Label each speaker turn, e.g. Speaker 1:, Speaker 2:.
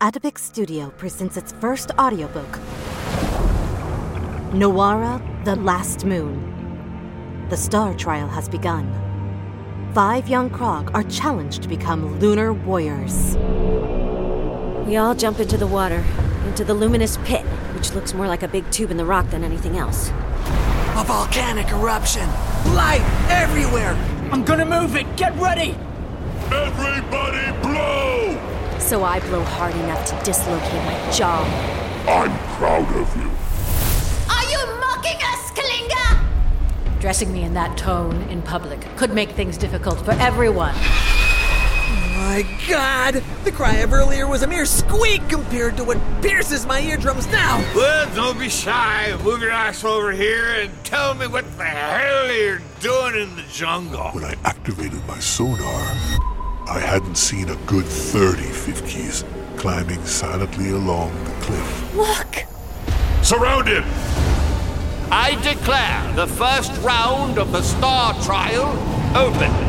Speaker 1: Atopic Studio presents its first audiobook Noara, The Last Moon. The star trial has begun. Five young Krog are challenged to become lunar warriors.
Speaker 2: We all jump into the water, into the luminous pit, which looks more like a big tube in the rock than anything else.
Speaker 3: A volcanic eruption! Light everywhere!
Speaker 4: I'm gonna move it. Get ready.
Speaker 5: Everybody blow!
Speaker 2: So I blow hard enough to dislocate my jaw.
Speaker 5: I'm proud of you.
Speaker 6: Are you mocking us, Kalinga?
Speaker 7: Dressing me in that tone in public could make things difficult for everyone.
Speaker 3: My god! The cry of earlier was a mere squeak compared to what pierces my eardrums now!
Speaker 8: Well, don't be shy. Move your ass over here and tell me what the hell you're doing in the jungle.
Speaker 5: When I activated my sonar, I hadn't seen a good 30 Fifkies climbing silently along the cliff.
Speaker 6: Look!
Speaker 5: Surrounded!
Speaker 9: I declare the first round of the Star Trial open.